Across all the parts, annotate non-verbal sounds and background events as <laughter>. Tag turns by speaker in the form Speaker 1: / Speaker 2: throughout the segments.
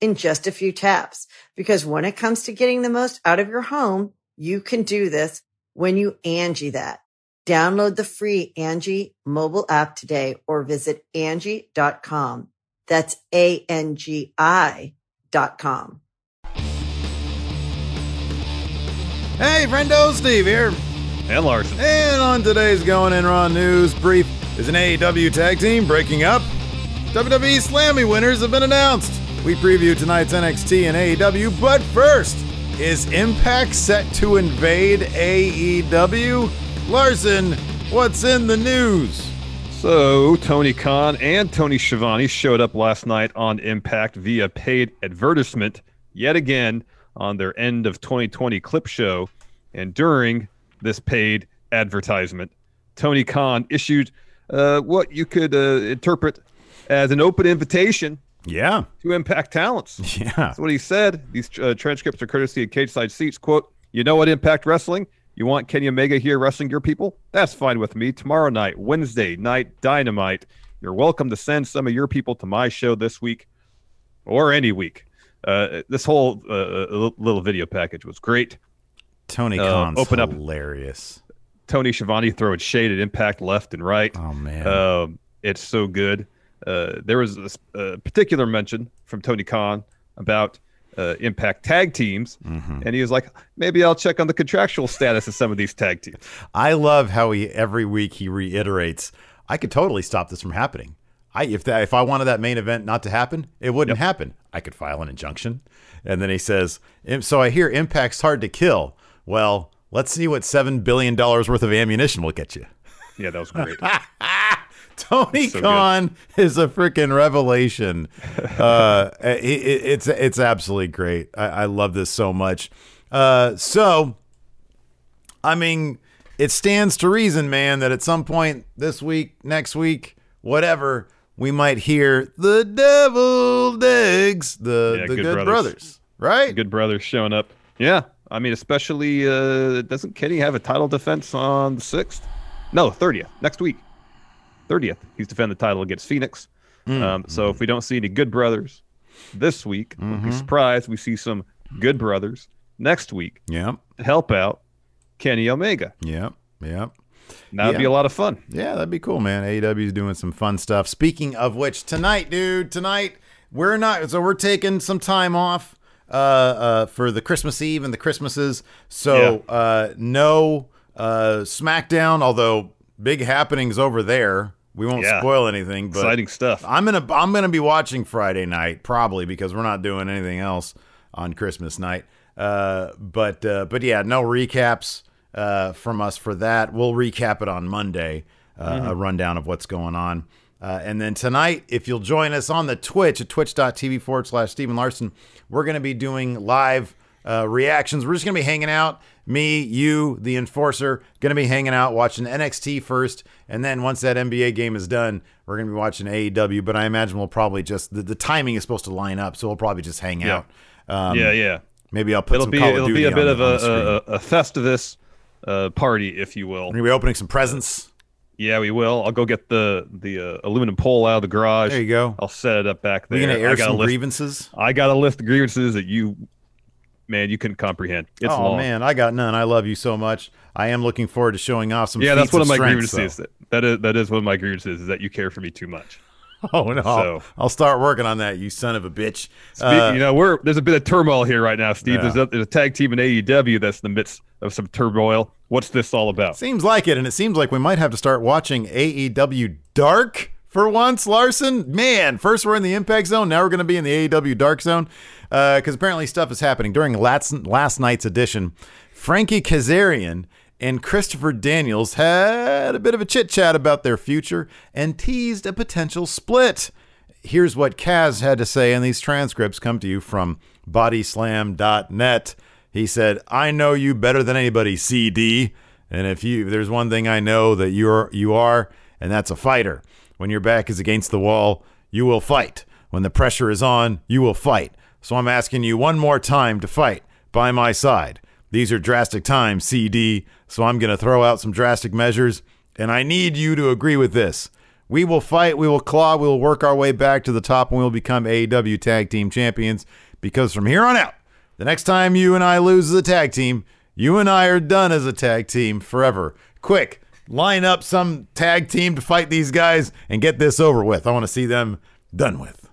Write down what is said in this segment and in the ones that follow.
Speaker 1: in just a few taps. Because when it comes to getting the most out of your home, you can do this when you Angie that. Download the free Angie mobile app today or visit Angie.com. That's A-N-G-I dot com.
Speaker 2: Hey, friendo, Steve here.
Speaker 3: And Larson.
Speaker 2: And on today's Going In Raw News Brief, is an AEW tag team breaking up? WWE Slammy winners have been announced. We preview tonight's NXT and AEW, but first, is Impact set to invade AEW? Larson, what's in the news?
Speaker 3: So, Tony Khan and Tony Schiavone showed up last night on Impact via paid advertisement yet again on their end of 2020 clip show. And during this paid advertisement, Tony Khan issued uh, what you could uh, interpret as an open invitation
Speaker 2: Yeah.
Speaker 3: to Impact Talents.
Speaker 2: Yeah.
Speaker 3: That's what he said. These uh, transcripts are courtesy of Cage Side Seats. Quote, you know what Impact Wrestling? You want Kenny Omega here wrestling your people? That's fine with me. Tomorrow night, Wednesday night, Dynamite. You're welcome to send some of your people to my show this week or any week. Uh, this whole uh, uh, little video package was great.
Speaker 2: Tony
Speaker 3: Uh,
Speaker 2: Khan's
Speaker 3: open up.
Speaker 2: hilarious.
Speaker 3: Tony Schiavone throwing shade at Impact left and right.
Speaker 2: Oh, man.
Speaker 3: Um, it's so good. Uh, there was a, s- a particular mention from Tony Khan about uh, Impact tag teams, and he was like, "Maybe I'll check on the contractual status of some of these tag teams."
Speaker 4: I love how he every week he reiterates, I could totally stop this from happening. I if that if I wanted that main event not to happen, it wouldn't happen. I could file an injunction. And then he says, "Im- "So I hear impact's hard to kill. Well, let's see what 7 billion dollars worth of ammunition will get you."
Speaker 3: Yeah, that was great.
Speaker 4: <laughs> Tony
Speaker 3: so good.
Speaker 4: Khan is a freaking revelation. uh, <laughs> it, it- it's it's absolutely great. I, I love this so much. Uh, so, I mean, it stands to reason, man, that at some point this week, next week, whatever, we might hear the devil digs the
Speaker 3: Yeah,
Speaker 4: the
Speaker 3: Good
Speaker 4: good,
Speaker 3: Brothers.
Speaker 4: brothers. right?
Speaker 3: Good brothers showing up. Yeah, I mean, especially uh, doesn't Kenny have a title defense on the sixth? No, thirtieth next week. Thirtieth, he's defending the title against Phoenix. Um, so if we don't see any good brothers this week, we'll be surprised. We see some good brothers next week
Speaker 4: Yep,
Speaker 3: to help out Kenny Omega.
Speaker 4: yep, yep.
Speaker 3: And That'd
Speaker 4: Yeah.
Speaker 3: be a lot of fun.
Speaker 4: Yeah, that'd be cool, man. AEW's doing some fun stuff. Speaking of which, tonight, dude, tonight we're not so we're taking some time off uh uh for the Christmas Eve and the Christmases. So uh no uh SmackDown, although big happenings over there. We won't
Speaker 3: Yeah.
Speaker 4: spoil anything, but
Speaker 3: Exciting stuff.
Speaker 4: I'm gonna I'm gonna be watching Friday night probably because we're not doing anything else on Christmas night. Uh, but uh, but yeah, no recaps uh, from us for that. We'll recap it on Monday. Uh, A rundown of what's going on. Uh, and then tonight, if you'll join us on the Twitch at twitch.tv forward slash Stephen Larson, we're going to be doing live uh, reactions. We're just going to be hanging out. Me, you, the enforcer, going to be hanging out watching NXT first. And then once that NBA game is done, we're going to be watching AEW. But I imagine we'll probably just, the, the timing is supposed to line up. So we'll probably just hang
Speaker 3: Yeah.
Speaker 4: out. Um,
Speaker 3: yeah, yeah.
Speaker 4: Maybe I'll put
Speaker 3: It'll
Speaker 4: some
Speaker 3: be
Speaker 4: Call of
Speaker 3: it'll be
Speaker 4: Duty
Speaker 3: a bit
Speaker 4: on
Speaker 3: of
Speaker 4: the- on the screen.
Speaker 3: a, a, a festivus uh, party, if you will.
Speaker 4: We're going to be opening some presents.
Speaker 3: Yeah, we will. I'll go get the the uh, aluminum pole out of the garage.
Speaker 4: There you go.
Speaker 3: I'll set it up back there.
Speaker 4: We're going to
Speaker 3: I
Speaker 4: air
Speaker 3: got
Speaker 4: some
Speaker 3: a list.
Speaker 4: grievances.
Speaker 3: I got a list of grievances that you, man, you couldn't comprehend. It's
Speaker 4: oh
Speaker 3: long.
Speaker 4: man, I got none. I love you so much. I am looking forward to showing off some.
Speaker 3: Yeah,
Speaker 4: feats
Speaker 3: that's one of my
Speaker 4: strength,
Speaker 3: grievances.
Speaker 4: though.
Speaker 3: That, that is that is one of my grievances is that you care for me too much.
Speaker 4: <laughs> Oh no!
Speaker 3: So-
Speaker 4: I'll start working on that. You son of a bitch.
Speaker 3: Speak-
Speaker 4: Uh,
Speaker 3: you know, we're there's a bit of turmoil here right now, Steve. There's, a, there's a tag team in AEW that's in the midst of some turmoil. What's this all about?
Speaker 4: Seems like it, and it seems like we might have to start watching AEW Dark for once, Larson. Man, first we're in the Impact Zone, now we're going to be in the AEW Dark Zone, because apparently stuff is happening during last, last night's edition. Frankie Kazarian and Christopher Daniels had a bit of a chit chat about their future and teased a potential split. Here's what Kaz had to say, and these transcripts come to you from bodyslam.net. He said, I know you better than anybody, CD. And if you there's one thing I know that you're you are, and that's a fighter. When your back is against the wall, you will fight. When the pressure is on, you will fight. So I'm asking you one more time to fight by my side. These are drastic times, CD, so I'm going to throw out some drastic measures, and I need you to agree with this. We will fight, we will claw, we will work our way back to the top, and we will become AEW Tag Team Champions because from here on out, the next time you and I lose as a tag team, you and I are done as a tag team forever. Quick, line up some tag team to fight these guys and get this over with. I want to see them done with.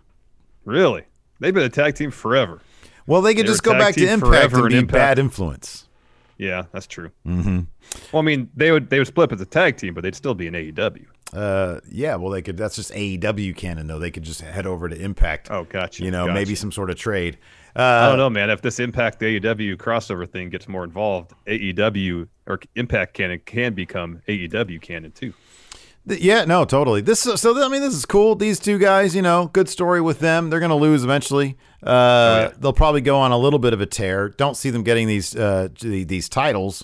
Speaker 3: Really? They've been a tag team forever.
Speaker 4: Well, they could
Speaker 3: They were
Speaker 4: just go
Speaker 3: tag
Speaker 4: back to
Speaker 3: team
Speaker 4: Impact
Speaker 3: forever
Speaker 4: and
Speaker 3: in
Speaker 4: be
Speaker 3: Impact.
Speaker 4: bad influence.
Speaker 3: Yeah, that's true. Mm-hmm. Well, I mean, they would they would split up as a E tag team, but they'd still be an AEW.
Speaker 4: Uh, yeah, well, they could. That's just AEW canon, though. They could just head over to Impact.
Speaker 3: Oh, gotcha,
Speaker 4: You know,
Speaker 3: gotcha.
Speaker 4: maybe some sort of trade.
Speaker 3: I
Speaker 4: Uh,
Speaker 3: don't know, man. If this Impact AEW crossover thing gets more involved, AEW or Impact canon can become AEW canon too.
Speaker 4: Th- Yeah, no, totally. This is- so I mean this is cool. These two guys, you know, good story with them. They're going to lose eventually. Uh,
Speaker 3: Oh,
Speaker 4: They'll probably go on a little bit of a tear. Don't see them getting these uh, the- these titles,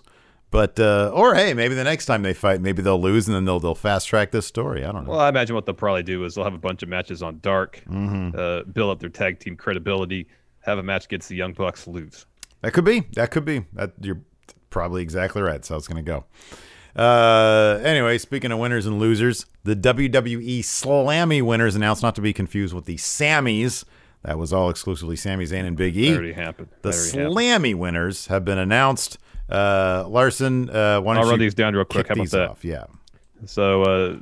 Speaker 4: but uh, or hey, maybe the next time they fight, maybe they'll lose and then they'll they'll fast track this story. I don't know.
Speaker 3: Well, I imagine what they'll probably do is they'll have a bunch of matches on Dark,
Speaker 4: Mm-hmm.
Speaker 3: uh, build up their tag team credibility, have a match against the Young Bucks, lose.
Speaker 4: That could be. That could be. That you're probably exactly right. That's how it's going to go. Uh, anyway, speaking of winners and losers, the WWE Slammy winners announced not to be confused with the Sammys. That was all exclusively Sami Zayn and Big E.
Speaker 3: That already happened.
Speaker 4: The
Speaker 3: That already happened.
Speaker 4: Slammy winners have been announced. Uh, Larson, uh, why don't
Speaker 3: I'll
Speaker 4: you
Speaker 3: run these down real quick.
Speaker 4: kick
Speaker 3: How about
Speaker 4: these
Speaker 3: that?
Speaker 4: off? Yeah,
Speaker 3: So, uh,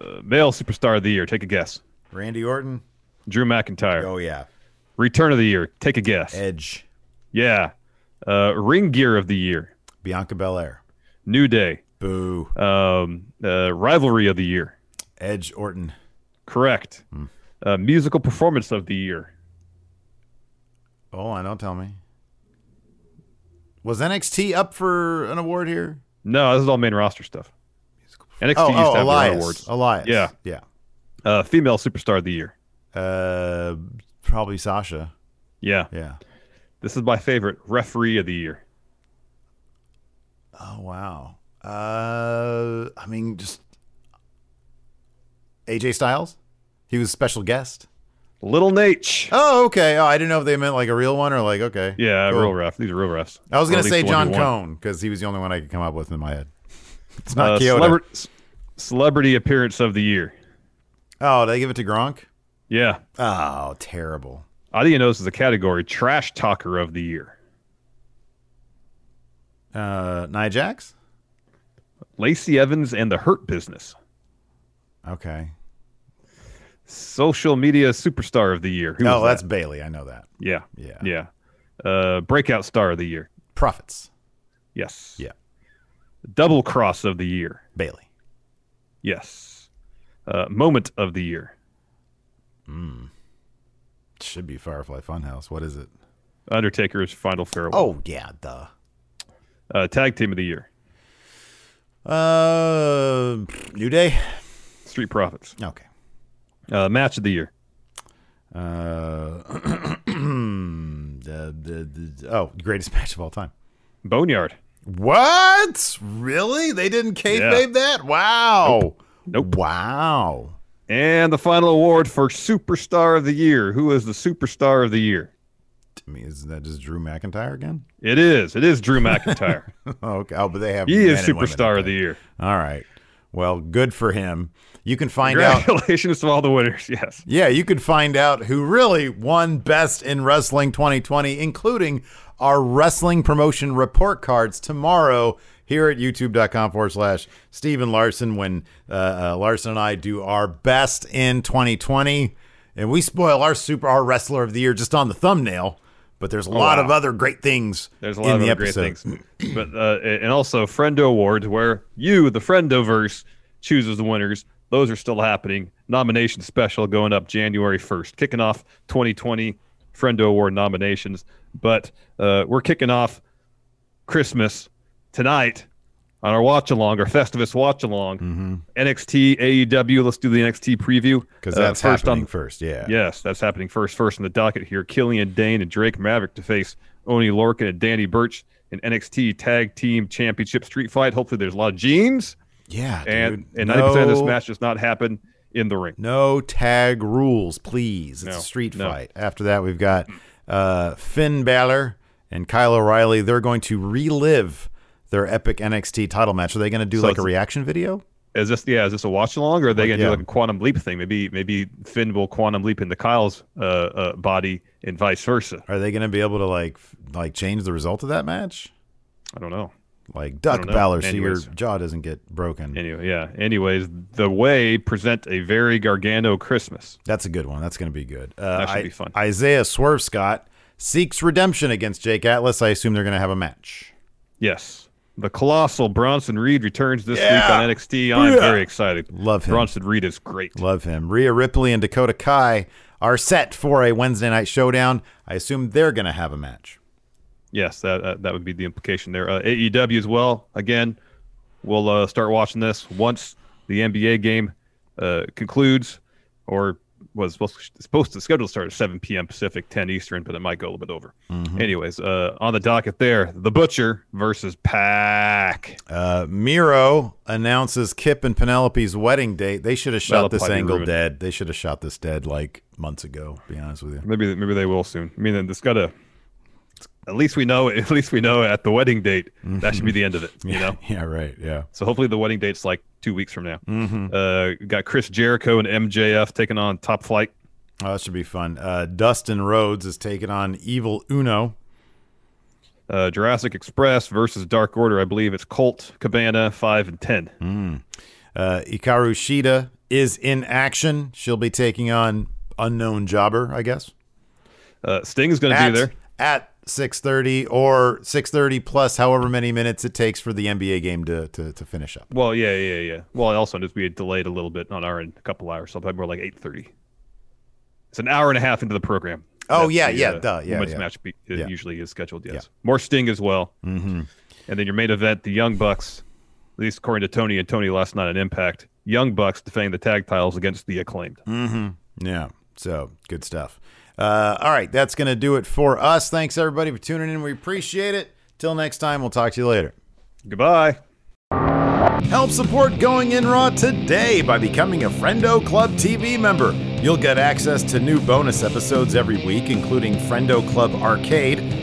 Speaker 3: uh, male superstar of the year, take a guess.
Speaker 4: Randy Orton.
Speaker 3: Drew McIntyre.
Speaker 4: Oh yeah,
Speaker 3: Return of the year, take a guess.
Speaker 4: Edge,
Speaker 3: Yeah. Uh, ring gear of the year,
Speaker 4: Bianca Belair.
Speaker 3: New Day.
Speaker 4: Boo,
Speaker 3: Um, uh, rivalry of the year,
Speaker 4: Edge Orton.
Speaker 3: correct.
Speaker 4: Hmm.
Speaker 3: Uh, musical performance of the year.
Speaker 4: Oh, I don't tell me. Was NXT up for an award here?
Speaker 3: No, this is all main roster stuff. NXT
Speaker 4: Oh,
Speaker 3: used to
Speaker 4: oh
Speaker 3: have their own
Speaker 4: Elias.
Speaker 3: awards.
Speaker 4: Elias.
Speaker 3: Yeah.
Speaker 4: Yeah.
Speaker 3: Uh, female superstar of the year.
Speaker 4: Uh, probably Sasha.
Speaker 3: Yeah.
Speaker 4: Yeah.
Speaker 3: This is my favorite. Referee of the year.
Speaker 4: Oh wow. Uh, I mean, just AJ Styles. He was special guest.
Speaker 3: Little Nate.
Speaker 4: Oh, okay. Oh, I didn't know if they meant like a real one or like okay.
Speaker 3: Yeah,
Speaker 4: Cool.
Speaker 3: real ref. These are real refs.
Speaker 4: I was
Speaker 3: Or
Speaker 4: gonna
Speaker 3: at least
Speaker 4: say
Speaker 3: the one
Speaker 4: John
Speaker 3: who won.
Speaker 4: Cone because he was the only one I could come up with in my head. It's
Speaker 3: Uh,
Speaker 4: not Kyoto.
Speaker 3: celebrity, c- celebrity appearance of the year.
Speaker 4: Oh, did I give it to Gronk?
Speaker 3: Yeah.
Speaker 4: Oh, terrible.
Speaker 3: I didn't even know this is a category. Trash talker of the year.
Speaker 4: Uh, Nia Jax.
Speaker 3: Lacey Evans and the Hurt Business.
Speaker 4: Okay.
Speaker 3: Social media superstar of the year. Who
Speaker 4: No,
Speaker 3: was
Speaker 4: Oh, that's
Speaker 3: that?
Speaker 4: Bailey. I know that.
Speaker 3: yeah,
Speaker 4: Yeah.
Speaker 3: yeah. Uh, breakout star of the year.
Speaker 4: Profits.
Speaker 3: Yes.
Speaker 4: Yeah.
Speaker 3: Double cross of the year.
Speaker 4: Bailey.
Speaker 3: Yes. Uh, moment of the year.
Speaker 4: Should be Firefly Funhouse. What is it?
Speaker 3: Undertaker's final farewell.
Speaker 4: Oh yeah, duh.
Speaker 3: Uh, tag team of the year.
Speaker 4: Uh, New Day.
Speaker 3: Street Profits.
Speaker 4: Okay.
Speaker 3: Uh, match of the year.
Speaker 4: Uh, <clears throat> the, the, the, oh, greatest match of all time.
Speaker 3: Boneyard.
Speaker 4: What? Really? They didn't kayfabe that? Wow.
Speaker 3: Nope.
Speaker 4: Wow.
Speaker 3: And the final award for superstar of the year. Who is the superstar of the year?
Speaker 4: I mean, isn't that just Drew McIntyre again? <laughs>
Speaker 3: It is. It is Drew McIntyre.
Speaker 4: okay. Oh, but they have.
Speaker 3: he is
Speaker 4: men and women,
Speaker 3: superstar of
Speaker 4: okay.
Speaker 3: the year.
Speaker 4: All right. Well, good for him. You can find out.
Speaker 3: Congratulations to all the winners. <laughs> Yes.
Speaker 4: Yeah, you could find out who really won best in wrestling 2020, including our wrestling promotion report cards tomorrow here at youtube.com forward slash Steven Larson when uh, uh, Larson and I do our best in 2020. And we spoil our super our wrestler of the year just on the thumbnail, but there's a lot
Speaker 3: Oh, wow.
Speaker 4: of other great things
Speaker 3: There's a
Speaker 4: in
Speaker 3: lot
Speaker 4: the
Speaker 3: of other
Speaker 4: episode.
Speaker 3: great things, but uh, and also Friendo Awards, where you, the Friendoverse, chooses the winners. Those are still happening. Nomination special going up January 1st, kicking off 2020 Friendo Award nominations. But uh, we're kicking off Christmas tonight on our watch along, our Festivus watch along.
Speaker 4: Mm-hmm.
Speaker 3: NXT AEW. E Let's do the NXT preview
Speaker 4: Because
Speaker 3: Uh,
Speaker 4: that's
Speaker 3: first
Speaker 4: happening
Speaker 3: on
Speaker 4: first, yeah.
Speaker 3: Yes, that's happening first. First in the docket here, Killian Dane and Drake Maverick to face Oni Lorcan and Danny Burch in NXT Tag Team Championship Street Fight. Hopefully, there's a lot of jeans,
Speaker 4: Yeah,
Speaker 3: and
Speaker 4: dude.
Speaker 3: and ninety percent of this
Speaker 4: No-
Speaker 3: match does not happen in the ring.
Speaker 4: No tag rules, please. It's
Speaker 3: No,
Speaker 4: a street
Speaker 3: no.
Speaker 4: fight. After that, we've got uh, Finn Balor and Kyle O'Reilly. They're going to relive their epic NXT title match. Are they going to do like a
Speaker 3: it's-
Speaker 4: reaction video?
Speaker 3: Is this yeah? Is this a watch along, or are they gonna
Speaker 4: yeah.
Speaker 3: do like a quantum leap thing? Maybe maybe Finn will quantum leap into Kyle's uh, uh, body and vice versa.
Speaker 4: Are they going to be able to like f- like change the result of that match?
Speaker 3: I don't know.
Speaker 4: Like duck
Speaker 3: don't know.
Speaker 4: Balor, so your
Speaker 3: Anyways.
Speaker 4: jaw doesn't get broken.
Speaker 3: Anyway, yeah. Anyways, the way present a very Gargano Christmas.
Speaker 4: That's a good one. That's going to be good. Uh,
Speaker 3: That should
Speaker 4: I-
Speaker 3: be fun.
Speaker 4: Isaiah Swerve Scott seeks redemption against Jake Atlas. I assume they're going to have a match.
Speaker 3: Yes. The colossal Bronson Reed returns this week on NXT. I'm very excited.
Speaker 4: Love him.
Speaker 3: Bronson Reed is great.
Speaker 4: Love him. Rhea Ripley and Dakota Kai are set for a Wednesday night showdown. I assume they're going to have a match.
Speaker 3: Yes, that uh, that would be the implication there. Uh, AEW as well. Again, we'll uh, start watching this once the NBA game uh, concludes, or was supposed supposed to schedule to start at 7 p.m. Pacific, 10 Eastern, but it might go a little bit over. Anyways, uh, on the docket there, the Butcher versus Pack.
Speaker 4: Uh, Miro announces Kip and Penelope's wedding date. They should have shot this
Speaker 3: Penelope
Speaker 4: angle
Speaker 3: ruined it.
Speaker 4: dead. They should have shot this dead like months ago, to be honest with you. <laughs>
Speaker 3: Maybe maybe they will soon. I mean, it's got to. At least we know. <laughs> At least we know at the wedding date that should be the end of it. You know.
Speaker 4: Yeah, right. Yeah.
Speaker 3: So hopefully the wedding date's like two weeks from now. Uh, got Chris Jericho and MJF taking on Top Flight.
Speaker 4: Oh, that should be fun. Uh, Dustin Rhodes is taking on Evil Uno.
Speaker 3: Uh, Jurassic Express versus Dark Order. I believe it's Colt, Cabana, five and ten.
Speaker 4: Uh, Ikaru Shida is in action. She'll be taking on Unknown Jobber, I guess.
Speaker 3: Uh, Sting's going to
Speaker 4: at,
Speaker 3: be there.
Speaker 4: at 6.30 or 6.30 plus however many minutes it takes for the NBA game to, to, to finish up.
Speaker 3: Well, yeah, yeah, yeah. Well, I also just we had delayed a little bit on our end, a couple hours. So probably more like eight thirty. It's an hour and a half into the program.
Speaker 4: Oh,
Speaker 3: That's
Speaker 4: yeah,
Speaker 3: the,
Speaker 4: yeah, duh, yeah,
Speaker 3: women's
Speaker 4: yeah.
Speaker 3: match be, it
Speaker 4: Yeah.
Speaker 3: usually is scheduled. Yes, more Sting as well. Mm-hmm. And then your main event, the Young Bucks. At least according to Tony and Tony last night on Impact, Young Bucks defending the tag titles against the acclaimed.
Speaker 4: Mm. Yeah, so good stuff. Uh, all right, that's going to do it for us. Thanks, everybody, for tuning in. We appreciate it. Till next time, we'll talk to you later.
Speaker 3: Goodbye.
Speaker 4: Help support Going In Raw today by becoming a Friendo Club TV member. You'll get access to new bonus episodes every week, including Friendo Club Arcade,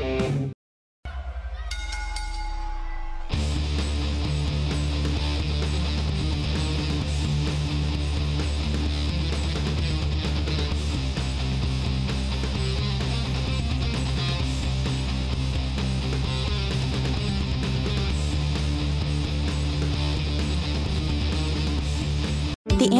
Speaker 5: The